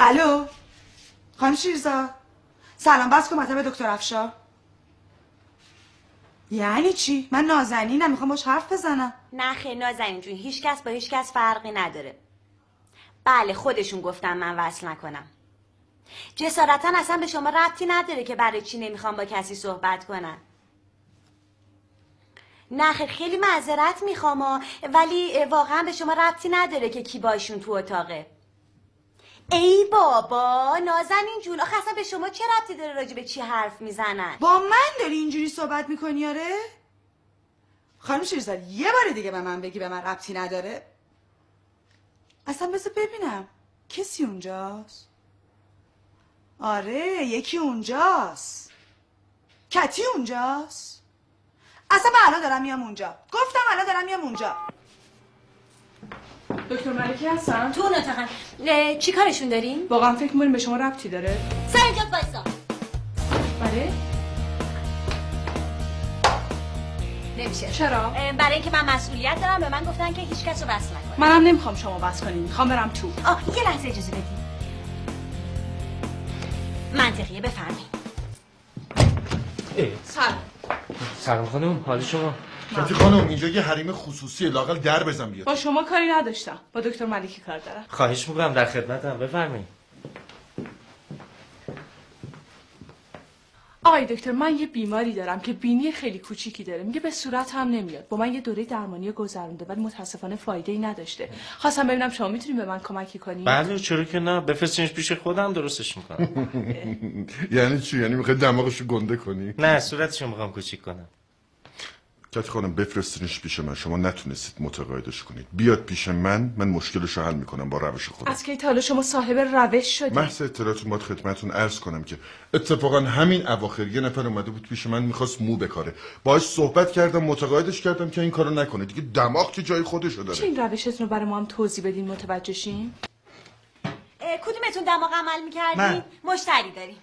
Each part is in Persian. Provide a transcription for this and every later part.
الو خانم شیرزا سلام بس کن مطب دکتر افشار یعنی چی من نازنینم میخوام باش حرف بزنم نه خیر نازنین جون هیچ کس با هیچ کس فرقی نداره بله خودشون گفتن من وصل نکنم جسارتا اصلا به شما ربطی نداره که برای چی نمیخوام با کسی صحبت کنم نه خیر خیلی معذرت میخوام ها، ولی اه، واقعا به شما ربطی نداره که کی باشون تو اتاقه ای بابا نازنین جون آخه اصلا به شما چه ربطی داره راجع به چی حرف میزنن با من داری اینجوری صحبت میکنی آره خانم شیرزاد یه بار دیگه به من بگی به من ربطی نداره اصلا بذار ببینم کسی اونجاست آره یکی اونجاست کتی اونجاست اصلا من الان دارم میام اونجا گفتم الان دارم میام اونجا دکتر ملکی هستم تو اون اتاقن اه، چی کارشون دارین؟ واقعا فکر می‌کنی به شما ربطی داره سر اینجا بایستا بله نمیشه چرا اه، برای اینکه من مسئولیت دارم به من گفتن که هیچ کس رو وصل نکنه منم نمیخوام شما بس کنین میخوام برم تو آه یه لحظه اجازه بدید منطقیه بفرمایید ای، سلام سلام خانم حال شما کتی خانم اینجا یه حریم خصوصی لاقل در بزن بیاد با شما کاری نداشتم با دکتر ملکی کار دارم خواهش میکنم در خدمتم بفرمایید آقای دکتر من یه بیماری دارم که بینی خیلی کوچیکی داره میگه به صورت هم نمیاد با من یه دوره درمانی گذرونده ولی متاسفانه فایده ای نداشته خواستم ببینم شما میتونید به من کمکی کنید بله چرا که نه بفرستینش پیش خودم درستش میکنم یعنی چی یعنی میخوای دماغشو گنده کنی نه صورتشو میخوام کوچیک کنم کتی خانم بفرستینش پیش من شما نتونستید متقاعدش کنید بیاد پیش من من مشکلش رو حل میکنم با روش خودم از کی تا حالا شما صاحب روش شدید محض اطلاعاتون باید خدمتتون عرض کنم که اتفاقا همین اواخر یه نفر اومده بود پیش من میخواست مو بکاره باهاش صحبت کردم متقاعدش کردم که این کارو نکنه دیگه دماغ که جای خودشو چه داره این روشتون رو برای ما هم توضیح بدین متوجه شیم اه، کدومتون دماغ عمل میکردین؟ من. مشتری داریم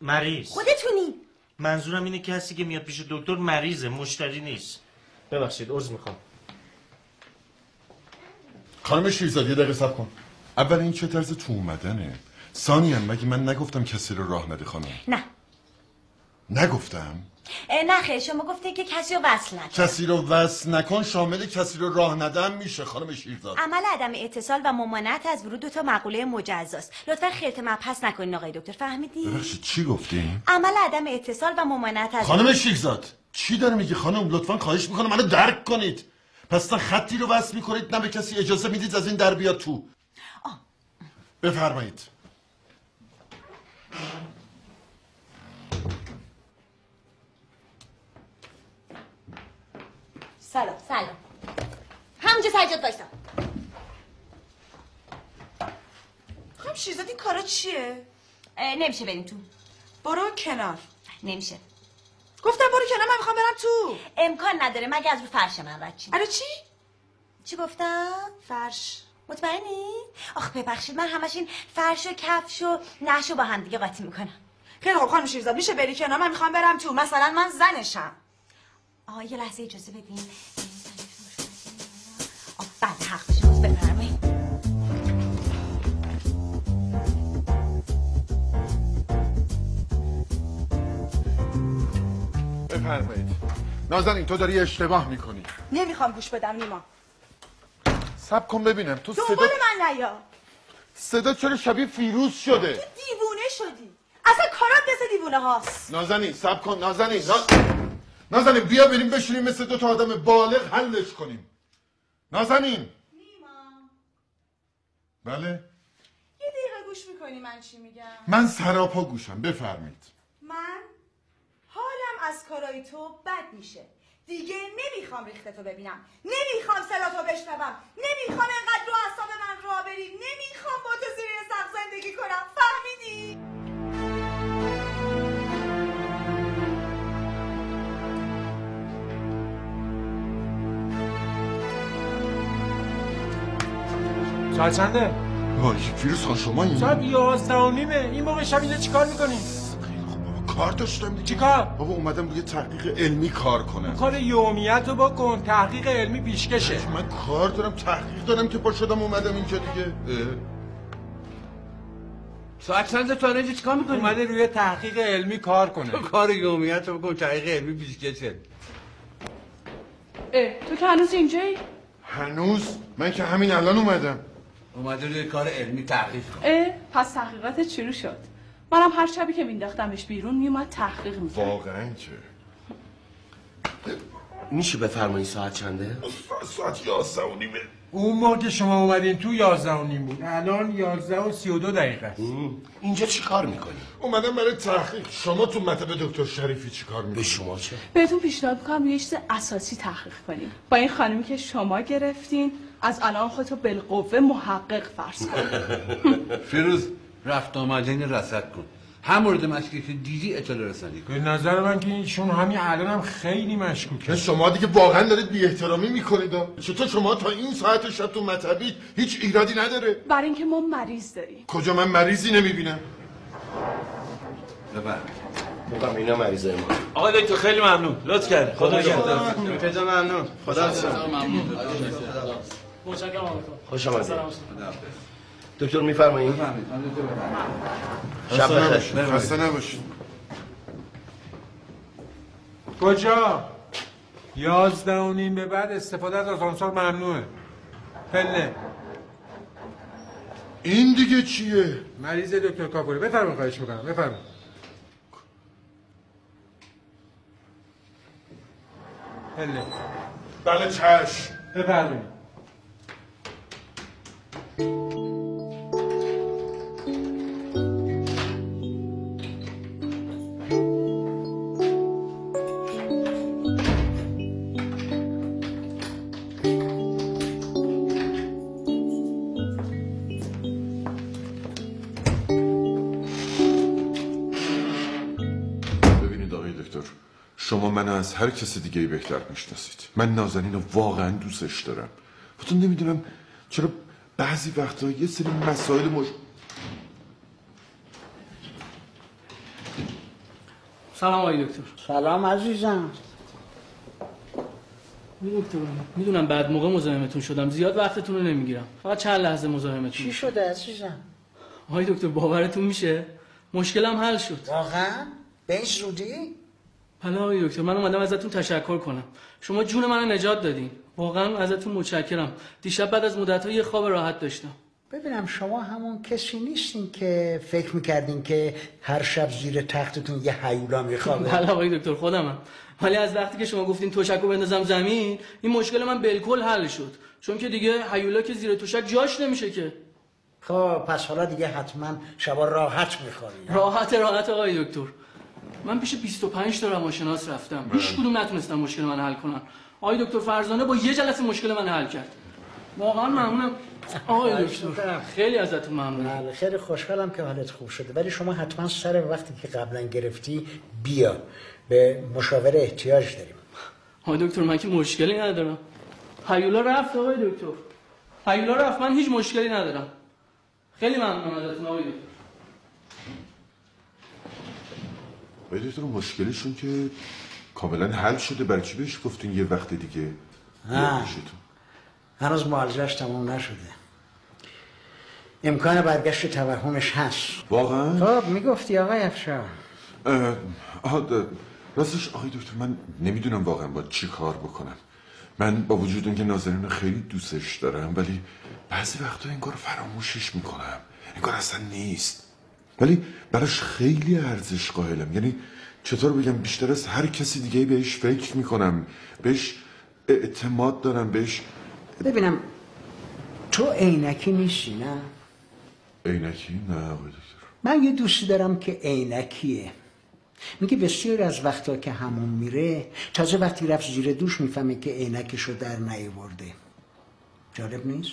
مریض خودتونی منظورم اینه کسی که میاد پیش دکتر مریضه مشتری نیست ببخشید عذر میخوام خانم شیرزاد یه دقیقه صبر کن اول این چه طرز تو اومدنه ثانیا مگه من نگفتم کسی رو راه نده خانم نه نگفتم اه، نه خیر شما گفتین که کسی رو وصل نکن کسی رو وصل نکن شامل کسی رو راه ندم میشه خانم شیرزاد عمل عدم اتصال و ممانعت از ورود دو تا مقوله مجزاست لطفا خیرت مبحث نکنین آقای دکتر فهمیدی ببخشید چی گفتیم؟ عمل عدم اتصال و ممانعت از خانم شیرزاد چی داره میگی خانم لطفا خواهش میکنم منو درک کنید پس نه خطی رو وصل میکنید نه به کسی اجازه میدید از این در بیاد تو آه. بفرمایید سلام سلام همونجا سجاد بایستا خانم شیرزاد این خب کارا چیه اه، نمیشه بریم تو برو کنار نمیشه گفتم برو کنار من میخوام برم تو امکان نداره مگه از رو فرش من رد چی الو چی چی گفتم فرش مطمئنی؟ آخ ببخشید من همش این فرش و کفش و نش و با هم دیگه قاطی میکنم خیلی خب خانم شیرزاد میشه بری کنار من میخوام برم تو مثلا من زنشم آه یه لحظه اجازه بدین آه بله حق شماست بفرمایید بفرمایید نازنین تو داری اشتباه میکنی نمیخوام گوش بدم نیما سب کن ببینم تو صدا دنبال من نیا صدا چرا شبیه فیروز شده دیوونه شدی اصلا کارات مثل دیوونه هاست نازنین سب کن نازنین ناز... نازنین بیا بریم بشینیم مثل دو تا آدم بالغ حلش کنیم نازنین بله یه دقیقه گوش میکنی من چی میگم من سراپا گوشم بفرمایید من حالم از کارای تو بد میشه دیگه نمیخوام ریخته تو ببینم نمیخوام صدا تو بشنوم نمیخوام اینقدر رو اعصاب من را بری نمیخوام با تو زیر سقف زندگی کنم فهمیدی ساعت چنده؟ وای فیروز خان شما این یازده و نیمه این موقع شب اینجا چیکار میکنیم؟ بابا کار داشتم دیگه چیکار؟ بابا اومدم روی تحقیق علمی کار کنم کار یومیت رو بکن تحقیق علمی پیشکشه من کار دارم تحقیق دارم که پا شدم اومدم اینجا دیگه اه. ساعت چند تا اینجا چیکار میکنی؟ اومده روی تحقیق علمی کار کنه کار یومیت رو بکن تحقیق علمی بیسکته اه تو که هنوز اینجایی؟ هنوز من که همین الان اومدم اومده روی کار علمی تحقیق کن اه پس تحقیقاتت شروع شد منم هر شبی که مینداختمش بیرون میومد تحقیق میکرد واقعا که میشه بفرمایید ساعت چنده؟ ساعت یازده و نیمه اون موقع که شما اومدین تو یازده و نیم بود الان یازده و سی و دو دقیقه است اینجا چی کار میکنی؟ اومدم برای تحقیق شما تو مطب دکتر شریفی چی کار به میکنی؟ شما چه؟ بهتون پیشنهاد میکنم یه چیز اساسی تحقیق کنیم با این خانمی که شما گرفتین از الان خودتو بالقوه محقق فرض کن فیروز رفت آمدین رسد کن هم مورد مشکی که دیدی اطلاع رسانی کن به نظر من که ایشون همین الان هم خیلی مشکوکه شما دیگه واقعا دارید بی احترامی میکنید آه. چطور شما تا این ساعت شب تو مطبید هیچ ایرادی نداره برای اینکه ما مریض داریم کجا من مریضی نمیبینم ببر بگم اینا مریضه ما آقا دکتر خیلی ممنون لطف کرد خدا نگهدار پیدا ممنون خدا متشکرم آقا خوش آمدید سلام دکتر میفرمایید؟ شب خسته بخیر نباشید خسته نباشید کجا؟ یازده و نیم به بعد استفاده از آسانسور ممنوعه پله این دیگه چیه؟ مریض دکتر کاپوری بفرمایید خواهش میکنم بفرمایید پله بله چشم بفرمایید ببینید آقای دکتر شما منو از هر کس دیگه بهتر میشناسید من نازنین رو واقعا دوستش دارم تو نمیدونم چرا بعضی وقتها یه سری مسائل مش... سلام آقای دکتر سلام عزیزم میدونم بعد موقع مزاحمتون شدم زیاد وقتتون رو نمیگیرم فقط چند لحظه مزاحمتون چی میشم. شده عزیزم آقای دکتر باورتون میشه مشکلم حل شد واقعا به این زودی بله آقای دکتر من اومدم ازتون تشکر کنم شما جون منو نجات دادین واقعا ازتون متشکرم دیشب بعد از مدت‌ها یه خواب راحت داشتم ببینم شما همون کسی نیستین که فکر میکردین که هر شب زیر تختتون یه حیولا میخوابه بله آقای دکتر خودمم ولی از وقتی که شما گفتین تشک رو بندازم زمین این مشکل من بالکل حل شد چون که دیگه هیولا که زیر تشک جاش نمیشه که خب پس حالا دیگه حتما شبا راحت میخوابین راحت راحت آقای دکتر من پیش 25 تا روانشناس رفتم هیچ کدوم نتونستن مشکل من حل کنن آقای دکتر فرزانه با یه جلسه مشکل من حل کرد واقعا ممنونم آقای خواهش دکتر می‌کنم. خیلی ازتون ممنونم بله خیلی خوشحالم که حالت خوب شده ولی شما حتما سر وقتی که قبلا گرفتی بیا به مشاوره احتیاج داریم آقای دکتر من که مشکلی ندارم هیولا رفت آقای دکتر هیولا رفت من هیچ مشکلی ندارم خیلی ممنونم ازتون آقای دکتر آقای دکتر مشکلشون که کاملا حل شده برای چی بهش گفتین یه وقت دیگه آه. بیارمشون؟ هنوز معالجهش تمام نشده امکان برگشت توهمش هست واقعا خب میگفتی آقای افشار اه، آه، ده- راستش آقای دکتر من نمیدونم واقعا با چی کار بکنم من با وجود اینکه نازنین رو خیلی دوستش دارم ولی بعضی وقتا انگار فراموشش میکنم انگار اصلا نیست ولی براش خیلی ارزش قائلم یعنی چطور بگم بیشتر از هر کسی دیگه بهش فکر میکنم بهش اعتماد دارم بهش ببینم تو عینکی نیستی نه عینکی نه آقای دکتر من یه دوستی دارم که عینکیه میگه بسیار از وقتا که همون میره تازه وقتی رفت زیر دوش میفهمه که عینکش رو در نیاورده جالب نیست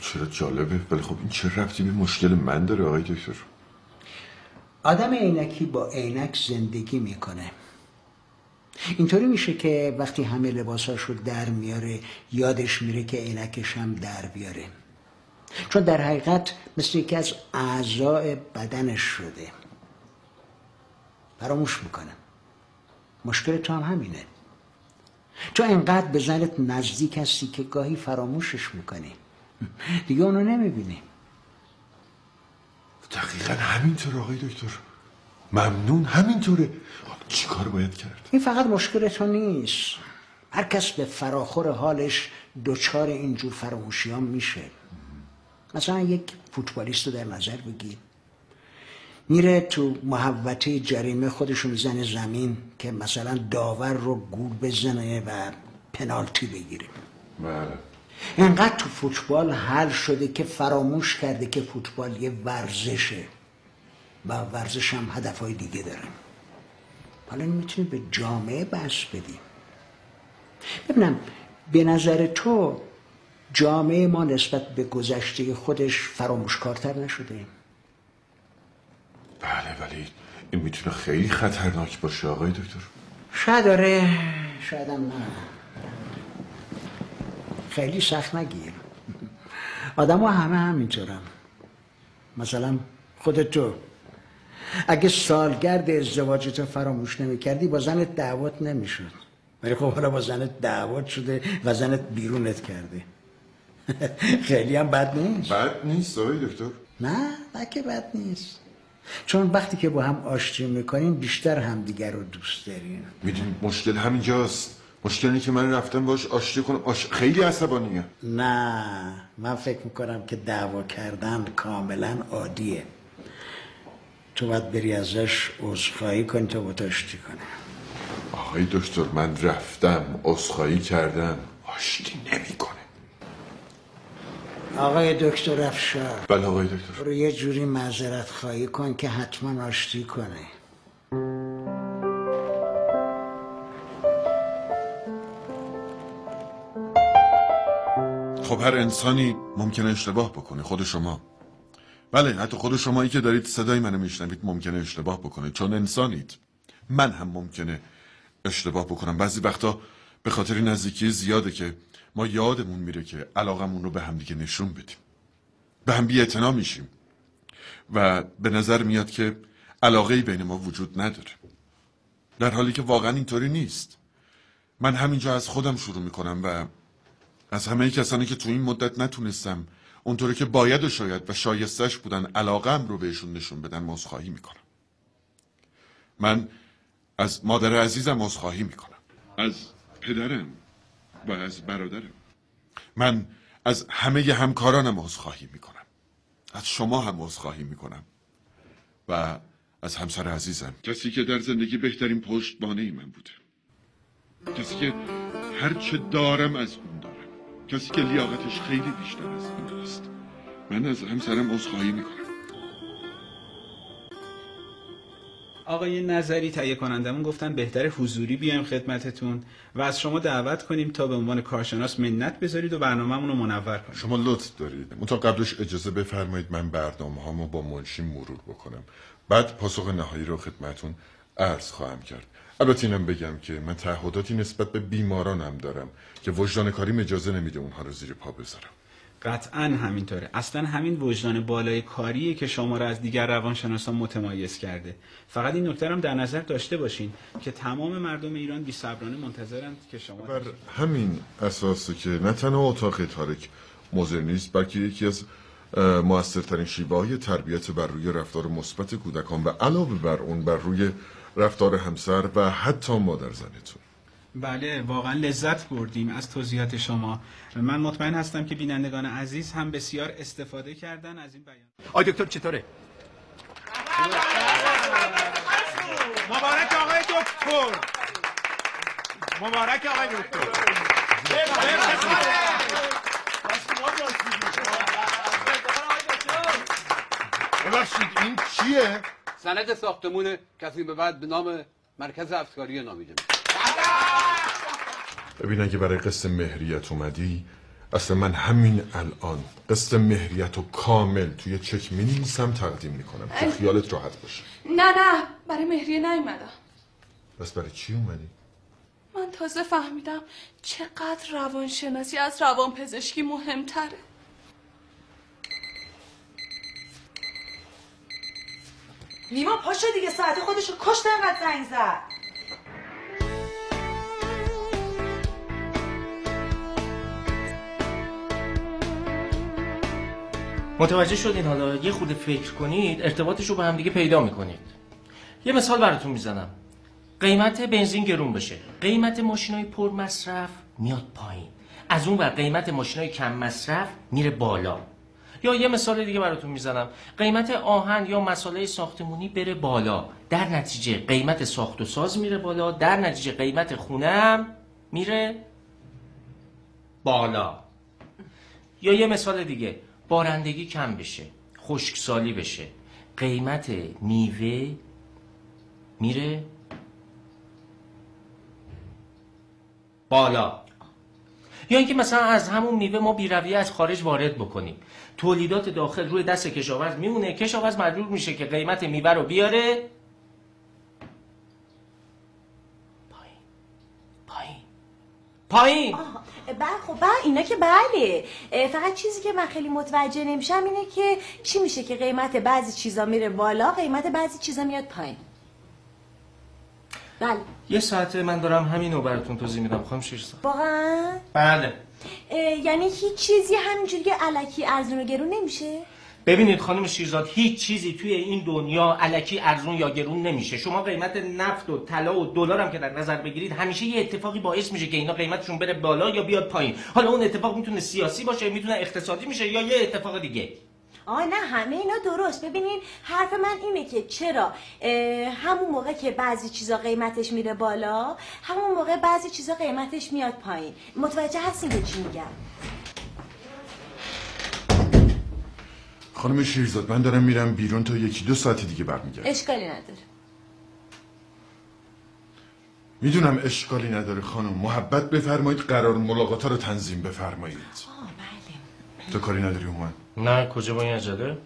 چرا جالبه ولی خب این چه ربطی به مشکل من داره آقای دکتر آدم عینکی با عینک زندگی میکنه اینطوری میشه که وقتی همه لباساش رو در میاره یادش میره که عینکش هم در بیاره چون در حقیقت مثل یکی از اعضاء بدنش شده فراموش میکنه مشکل تو هم همینه تو انقدر به زنت نزدیک هستی که گاهی فراموشش میکنی دیگه اونو نمیبینی دقیقا همینطور آقای دکتر ممنون همینطوره خب چیکار باید کرد این فقط مشکل تو نیست هر کس به فراخور حالش دچار اینجور فراموشی ها میشه مثلا یک فوتبالیست رو در نظر بگیر میره تو محوطه جریمه خودشو میزنه زمین که مثلا داور رو گول بزنه و پنالتی بگیره بله اینقدر تو فوتبال حل شده که فراموش کرده که فوتبال یه ورزشه و ورزش هم هدفهای دیگه داره حالا اینو میتونی به جامعه بس بدی ببینم به نظر تو جامعه ما نسبت به گذشته خودش فراموشکارتر نشده بله ولی این میتونه خیلی خطرناک باشه آقای دکتر شاید آره شاید هم نه خیلی سخت نگیر آدم ها همه همینطورم مثلا خود تو اگه سالگرد ازدواجتو فراموش نمیکردی با زنت دعوت نمیشد ولی خب حالا با زنت دعوت شده و زنت بیرونت کرده خیلی هم بد نیست بد نیست آقای دکتر نه نه که بد نیست چون وقتی که با هم آشتی میکنین بیشتر همدیگر رو دوست دارین میدونی مشکل همینجاست مشکل اینه که من رفتم باش آشتی کنم آش... خیلی عصبانیه نه من فکر میکنم که دعوا کردن کاملا عادیه تو باید بری ازش عذرخواهی کنی تا با تو آشتی کنه آقای دکتر من رفتم عذرخواهی کردم آشتی نمیکنه آقای دکتر افشار بله آقای دکتر رو یه جوری معذرت خواهی کن که حتما آشتی کنه خب هر انسانی ممکنه اشتباه بکنه خود شما بله حتی خود شمایی که دارید صدای منو میشنوید ممکنه اشتباه بکنه چون انسانید من هم ممکنه اشتباه بکنم بعضی وقتا به خاطر نزدیکی زیاده که ما یادمون میره که علاقمون رو به همدیگه نشون بدیم به هم بیعتنا میشیم و به نظر میاد که علاقه بین ما وجود نداره در حالی که واقعا اینطوری نیست من همینجا از خودم شروع میکنم و از همه کسانی که تو این مدت نتونستم اونطوری که باید و شاید و شایستش بودن علاقم رو بهشون نشون بدن عذرخواهی میکنم من از مادر عزیزم عذرخواهی میکنم از پدرم و از برادرم من از همه همکارانم عذرخواهی میکنم از شما هم عذرخواهی میکنم و از همسر عزیزم کسی که در زندگی بهترین پشتبانه من بوده کسی که هرچه دارم از اون دارم کسی که لیاقتش خیلی بیشتر از این است من از همسرم عذرخواهی میکنم آقای نظری تهیه کنندمون گفتن بهتر حضوری بیایم خدمتتون و از شما دعوت کنیم تا به عنوان کارشناس منت بذارید و برنامهمون رو منور کنید شما لطف دارید اون تا قبلش اجازه بفرمایید من برنامه هامو با منشی مرور بکنم بعد پاسخ نهایی رو خدمتون عرض خواهم کرد البته اینم بگم که من تعهداتی نسبت به بیمارانم دارم که وجدان کاریم اجازه نمیده اونها رو زیر پا بذارم قطعا همینطوره اصلا همین وجدان بالای کاریه که شما را از دیگر روانشناسان متمایز کرده فقط این نکته رو هم در نظر داشته باشین که تمام مردم ایران بی‌صبرانه منتظرند که شما بر همین اساسه که نه تنها اتاق تارک مضر نیست بلکه یکی از اه، موثرترین شیوه های تربیت بر روی رفتار مثبت کودکان و علاوه بر اون بر روی رفتار همسر و حتی مادر زنتون بله واقعا لذت بردیم از توضیحات شما من مطمئن هستم که بینندگان عزیز هم بسیار استفاده کردن از این بیان آی دکتر چطوره؟ مبارک آقای دکتر مبارک آقای دکتر ببخشید این چیه؟ سند ساختمون کسی به بعد به نام مرکز افسکاری نامیده ببین اگه برای قصد مهریت اومدی اصلا من همین الان قصد مهریت و کامل توی چک می تقدیم میکنم که ای. خیالت راحت باشه نه نه برای مهریه نیومدم بس برای چی اومدی؟ من تازه فهمیدم چقدر روانشناسی از روانپزشکی مهمتره نیما پاشو دیگه ساعت خودشو کشت انقدر زنگ زد متوجه شدین حالا یه خود فکر کنید ارتباطش رو به همدیگه پیدا میکنید یه مثال براتون میزنم قیمت بنزین گرون بشه قیمت ماشینای پر مصرف میاد پایین از اون ور قیمت ماشینای کم مصرف میره بالا یا یه مثال دیگه براتون میزنم قیمت آهن یا مساله ساختمونی بره بالا در نتیجه قیمت ساخت و ساز میره بالا در نتیجه قیمت خونه هم میره بالا یا یه مثال دیگه بارندگی کم بشه خشکسالی بشه قیمت میوه میره بالا یا اینکه مثلا از همون میوه ما بیرویه از خارج وارد بکنیم تولیدات داخل روی دست کشاورز میمونه کشاورز مجبور میشه که قیمت میوه رو بیاره پایین پایین پایین بله خب بله اینا که بله اه، فقط چیزی که من خیلی متوجه نمیشم اینه که چی میشه که قیمت بعضی چیزا میره بالا قیمت بعضی چیزا میاد پایین بله یه ساعته من دارم همین رو براتون توضیح میدم خواهم شیش ساعت واقعا بله اه، یعنی هیچ چیزی همینجوری که علکی ارزون و گرون نمیشه ببینید خانم شیرزاد هیچ چیزی توی این دنیا علکی ارزون یا گرون نمیشه شما قیمت نفت و طلا و دلار هم که در نظر بگیرید همیشه یه اتفاقی باعث میشه که اینا قیمتشون بره بالا یا بیاد پایین حالا اون اتفاق میتونه سیاسی باشه میتونه اقتصادی میشه یا یه اتفاق دیگه آه نه همه اینا درست ببینین حرف من اینه که چرا اه، همون موقع که بعضی چیزا قیمتش میره بالا همون موقع بعضی چیزا قیمتش میاد پایین متوجه هستین که چی میگم خانم شیرزاد من دارم میرم بیرون تا یکی دو ساعت دیگه برمیگردم اشکالی نداره میدونم اشکالی نداره خانم محبت بفرمایید قرار ملاقات رو تنظیم بفرمایید بله. تو کاری نداری اومد نه کجا با این عجله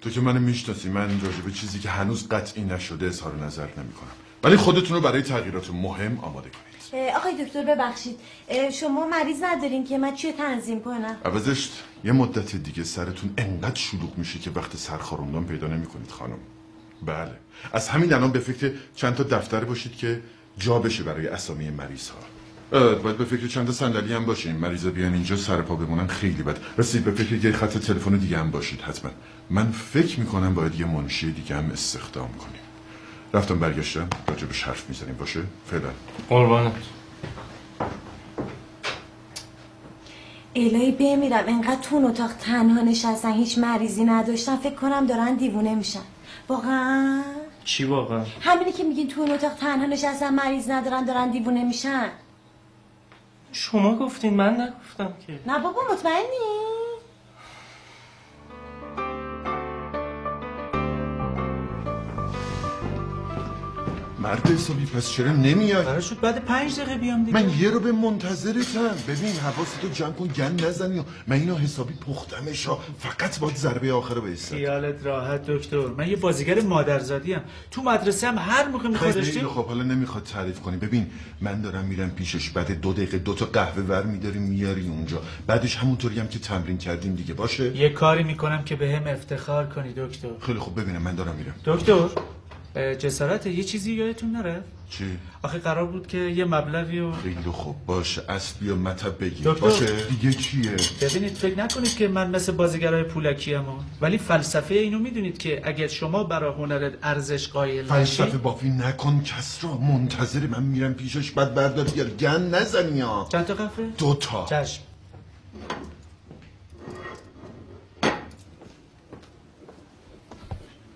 تو که منو میشناسی من راجع به چیزی که هنوز قطعی نشده اظهار نظر نمیکنم ولی خودتون رو برای تغییرات مهم آماده کنید اه، آقای دکتر ببخشید اه، شما مریض ندارین که من چیو تنظیم کنم عوضش یه مدت دیگه سرتون انقدر شلوغ میشه که وقت سرخاروندان پیدا نمیکنید خانم بله از همین الان به فکر چند تا دفتر باشید که جا بشه برای اسامی مریض ها باید به فکر چند تا صندلی هم باشین مریضا بیان اینجا سر پا بمونن خیلی بد رسید به فکر یه خط تلفن دیگه هم باشید حتما من فکر میکنم باید یه منشی دیگه هم استخدام کنیم رفتم برگشتم راجبش حرف میزنیم باشه فعلا قربانت الهی بمیرم انقدر تو اون اتاق تنها نشستن هیچ مریضی نداشتن فکر کنم دارن دیوونه میشن واقعا چی واقعا همینی که میگین تو اون اتاق تنها نشستن مریض ندارن دارن دیوونه میشن شما گفتین من نگفتم که نه بابا مطمئنی مرد حسابی پس چرا نمیای؟ قرار شد بعد پنج دقیقه بیام دیگه من یه رو به منتظرتم ببین حواستو جمع کن گن نزنی من اینو حسابی پختمش ها فقط باید ضربه آخر رو بیستم خیالت راحت دکتر من یه بازیگر مادرزادی ام تو مدرسه هم هر موقع میخواد داشتیم خب حالا نمیخواد تعریف کنی ببین من دارم میرم پیشش بعد دو دقیقه دو تا قهوه ور میداری میاری اونجا بعدش همونطوری هم که تمرین کردیم دیگه باشه یه کاری میکنم که بهم افتخار کنی دکتر خیلی خوب ببینم من دارم میرم دکتر اه، جسارت یه چیزی یادتون نره چی آخه قرار بود که یه مبلغی و خیلی خوب باشه اصل بیا مطب بگیر دکتر. باشه دیگه چیه ببینید فکر نکنید که من مثل بازیگرای پولکی اما ولی فلسفه اینو میدونید که اگر شما برای هنرت ارزش قائل نشی فلسفه بافی نکن کس را منتظر من میرم پیشش بعد بردار بیار گن نزنی ها چند تا قفه؟ دو تا چشم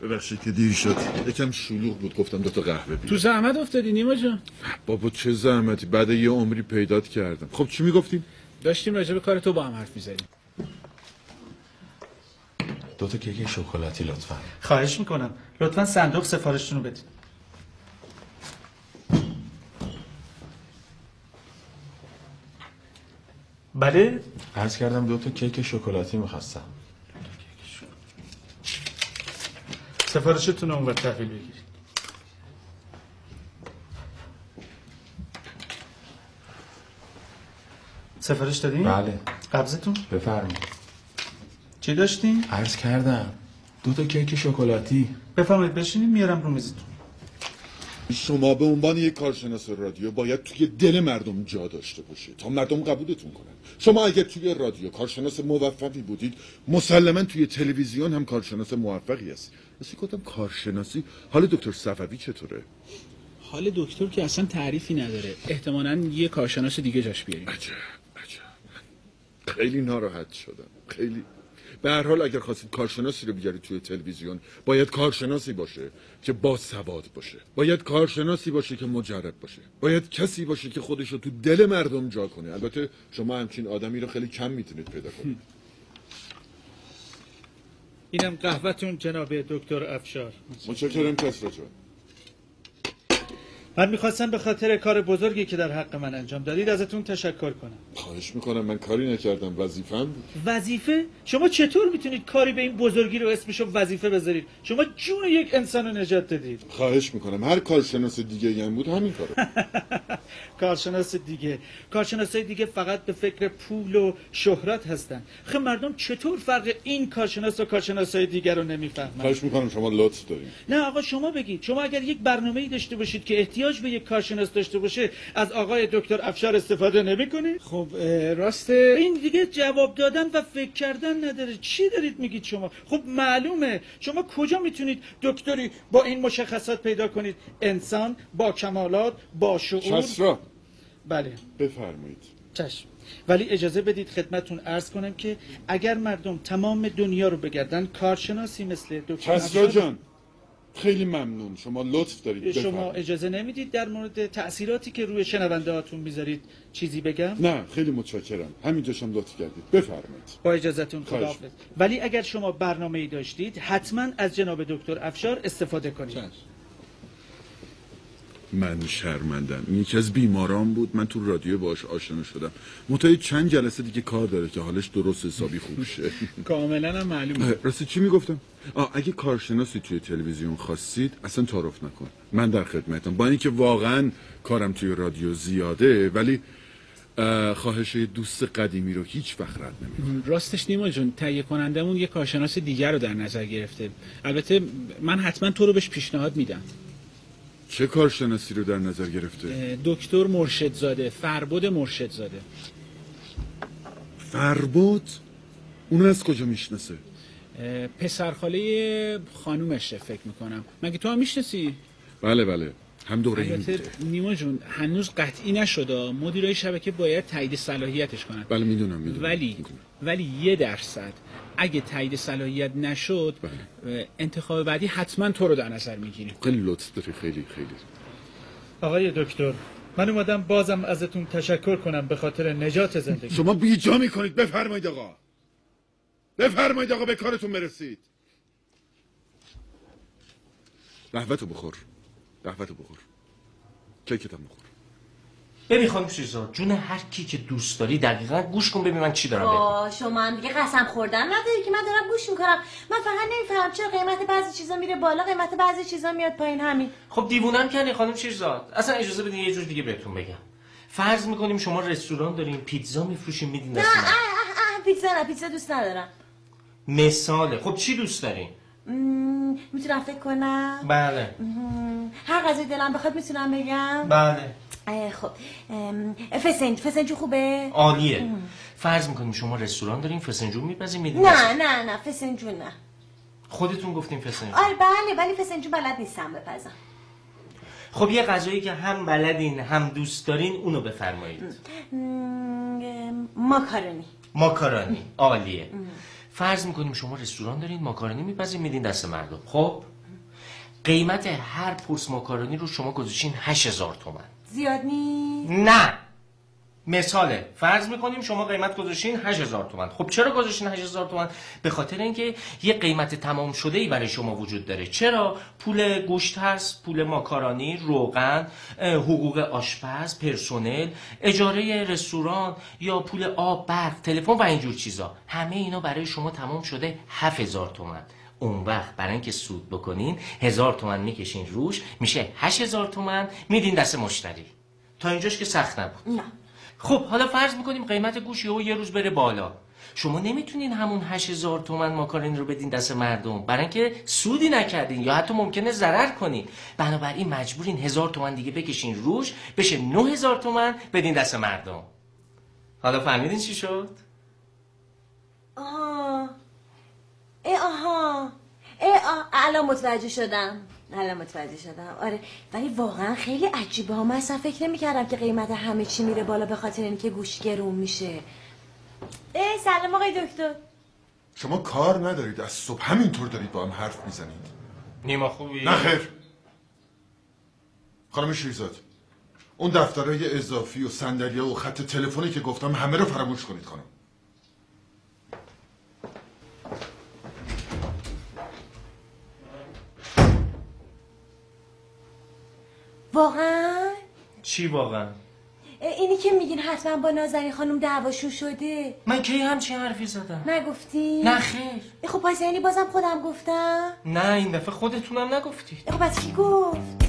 ببخشید که دیر شد یکم شلوغ بود گفتم دو تا قهوه بیار تو زحمت افتادی نیما جان بابا چه زحمتی بعد یه عمری پیدات کردم خب چی میگفتیم داشتیم راجع به کار تو با هم حرف میزدیم دو تا کیک شکلاتی لطفا خواهش میکنم لطفا صندوق سفارشتون رو بدید بله عرض کردم دو تا کیک شکلاتی میخواستم سفارشتون رو اونور تحویل بگیرید سفارش دادین؟ بله قبضتون؟ بفرمایید چی داشتین؟ عرض کردم دو تا کیک شکلاتی بفرمایید بشینید میارم رو میزتون شما به عنوان یک کارشناس رادیو باید توی دل مردم جا داشته باشید تا مردم قبولتون کنن شما اگر توی رادیو کارشناس موفقی بودید مسلما توی تلویزیون هم کارشناس موفقی هستید مثل کدام کارشناسی حال دکتر صفوی چطوره حال دکتر که اصلا تعریفی نداره احتمالا یه کارشناس دیگه جاش بیاریم خیلی ناراحت شدم خیلی به هر حال اگر خواستید کارشناسی رو بیارید توی تلویزیون باید کارشناسی باشه که با سواد باشه باید کارشناسی باشه که مجرب باشه باید کسی باشه که خودش رو تو دل مردم جا کنه البته شما همچین آدمی رو خیلی کم میتونید پیدا کنید اینم قهوهتون جناب دکتر افشار متشکرم کسرا جان من میخواستم به خاطر کار بزرگی که در حق من انجام دادید ازتون تشکر کنم خواهش میکنم من کاری نکردم وظیفم بود وظیفه شما چطور میتونید کاری به این بزرگی رو اسمشو وظیفه بذارید شما جون یک انسان رو نجات دادید خواهش میکنم هر کارشناس دیگه هم بود همین کارو کارشناس دیگه کارشناسای دیگه فقط به فکر پول و شهرت هستن خب مردم چطور فرق این کارشناس و کارشناسای دیگر رو نمیفهمن خواهش میکنم شما لطف داریم نه آقا شما بگید شما اگر یک برنامه ای داشته باشید که احتیاج به یک کارشناس داشته باشه از آقای دکتر افشار استفاده نمیکنید خب راست این دیگه جواب دادن و فکر کردن نداره چی دارید میگید شما خب معلومه شما کجا میتونید دکتری با این مشخصات پیدا کنید انسان با کمالات با شعور کسرا بله بفرمایید چشم ولی اجازه بدید خدمتون عرض کنم که اگر مردم تمام دنیا رو بگردن کارشناسی مثل دکتر کسرا افشار- جان خیلی ممنون شما لطف دارید شما بفرمایید اجازه نمیدید در مورد تأثیراتی که روی شنونده هاتون میذارید چیزی بگم نه خیلی متشکرم همینجاشم لطف کردید بفرمایید با اجازهتون خواهش. خداحافظ ولی اگر شما برنامه ای داشتید حتما از جناب دکتر افشار استفاده کنید من شرمندم این یکی از بیماران بود من تو رادیو باش آشنا شدم متای چند جلسه دیگه کار داره که حالش درست حسابی خوب شه کاملا هم معلومه اه، راستی چی میگفتم آه اگه کارشناسی توی تلویزیون خواستید اصلا تعارف نکن من در خدمتم با اینکه واقعا کارم توی رادیو زیاده ولی اه، خواهش یه دوست قدیمی رو هیچ وقت رد نمی راستش نیما جون تهیه کنندمون یه کارشناس دیگر رو در نظر گرفته البته من حتما تو رو بهش پیشنهاد میدم چه کارشناسی رو در نظر گرفته اه، دکتر مرشدزاده فربد مرشدزاده فربود اونو از کجا میشناسه اه، پسرخاله خانومشه فکر میکنم مگه تو هم میشناسی بله بله هم دوره این البته بوده نیما جون هنوز قطعی نشده مدیرای شبکه باید تایید صلاحیتش کنن بله میدونم میدونم ولی ولی یه درصد اگه تایید صلاحیت نشد اه، انتخاب بعدی حتما تو رو در نظر میگیریم خیلی لطف داری خیلی خیلی آقای دکتر من اومدم بازم ازتون تشکر کنم به خاطر نجات زندگی شما بیجا میکنید بفرمایید آقا بفرمایید آقا به کارتون برسید قهوه‌تو بخور قهوه‌تو بخور کیکتم بخور ببین خانم شیرزاد جون هر کی که دوست داری دقیقا گوش کن ببین من چی دارم بهت میگم. آه شما هم دیگه قسم خوردن نداری که من دارم گوش میکنم من فقط نمیفهمم چرا قیمت بعضی چیزا میره بالا قیمت بعضی چیزا میاد پایین همین خب دیوونم کردی خانم شیرزاد اصلا اجازه بدین یه جور دیگه بهتون بگم فرض میکنیم شما رستوران دارین پیتزا میفروشین میدین نه دست اه من. اه اه پیتزا نه پیتزا دوست ندارم مثاله خب چی دوست دارین مم، میتونم فکر کنم بله مم، هر غذای دلم بخواد میتونم بگم بله اه، خب ام، فسنج فسنجو خوبه عالیه مم. فرض میکنیم شما رستوران دارین فسنجون میپزین میدین دست نه من. نه نه فسنجو نه خودتون گفتین فسنجون آره بله ولی فسنجو بلد نیستم بپزم خب یه غذایی که هم بلدین هم دوست دارین اونو بفرمایید مم، ام، ماکارونی ماکارانی عالیه فرض میکنیم شما رستوران دارین ماکارونی میپزین میدین دست مردم خب قیمت هر پرس ماکارونی رو شما گذاشتین 8000 تومن زیاد نی نه مثاله فرض میکنیم شما قیمت گذاشتین 8000 تومن خب چرا گذاشتین 8000 تومن به خاطر اینکه یه قیمت تمام شده ای برای شما وجود داره چرا پول گوشت هست پول ماکارانی روغن اه، حقوق آشپز پرسنل اجاره رستوران یا پول آب برق تلفن و اینجور چیزا همه اینا برای شما تمام شده 7000 تومن اون وقت برای اینکه سود بکنین هزار تومن میکشین روش میشه 8000 تومن میدین دست مشتری تا اینجاش که سخت نبود نه خب حالا فرض میکنیم قیمت گوش یهو یه روز بره بالا شما نمیتونین همون 8000 تومن ماکارین رو بدین دست مردم برای اینکه سودی نکردین یا حتی ممکنه ضرر کنین بنابراین مجبورین 1000 تومن دیگه بکشین روش بشه 9000 تومن بدین دست مردم حالا فهمیدین چی شد آها اه آها اه آه الان متوجه شدم الان متوجه شدم آره ولی واقعا خیلی عجیبه ها من اصلا فکر نمیکردم که قیمت همه چی میره بالا به خاطر اینکه گوش گرون میشه ای سلام آقای دکتر شما کار ندارید از صبح همینطور دارید با هم حرف میزنید نیما خوبی نه خیر خانم شیرزاد اون دفترهای اضافی و صندلیا و خط تلفنی که گفتم همه رو فراموش کنید خانم واقعا چی واقعا اه، اینی که میگین حتما با نازنین خانم دعواشون شده من کی همچین حرفی زدم نگفتی نه خیر. اه، خب پس یعنی بازم خودم گفتم نه این دفعه خودتونم نگفتید اه، خب پس کی گفت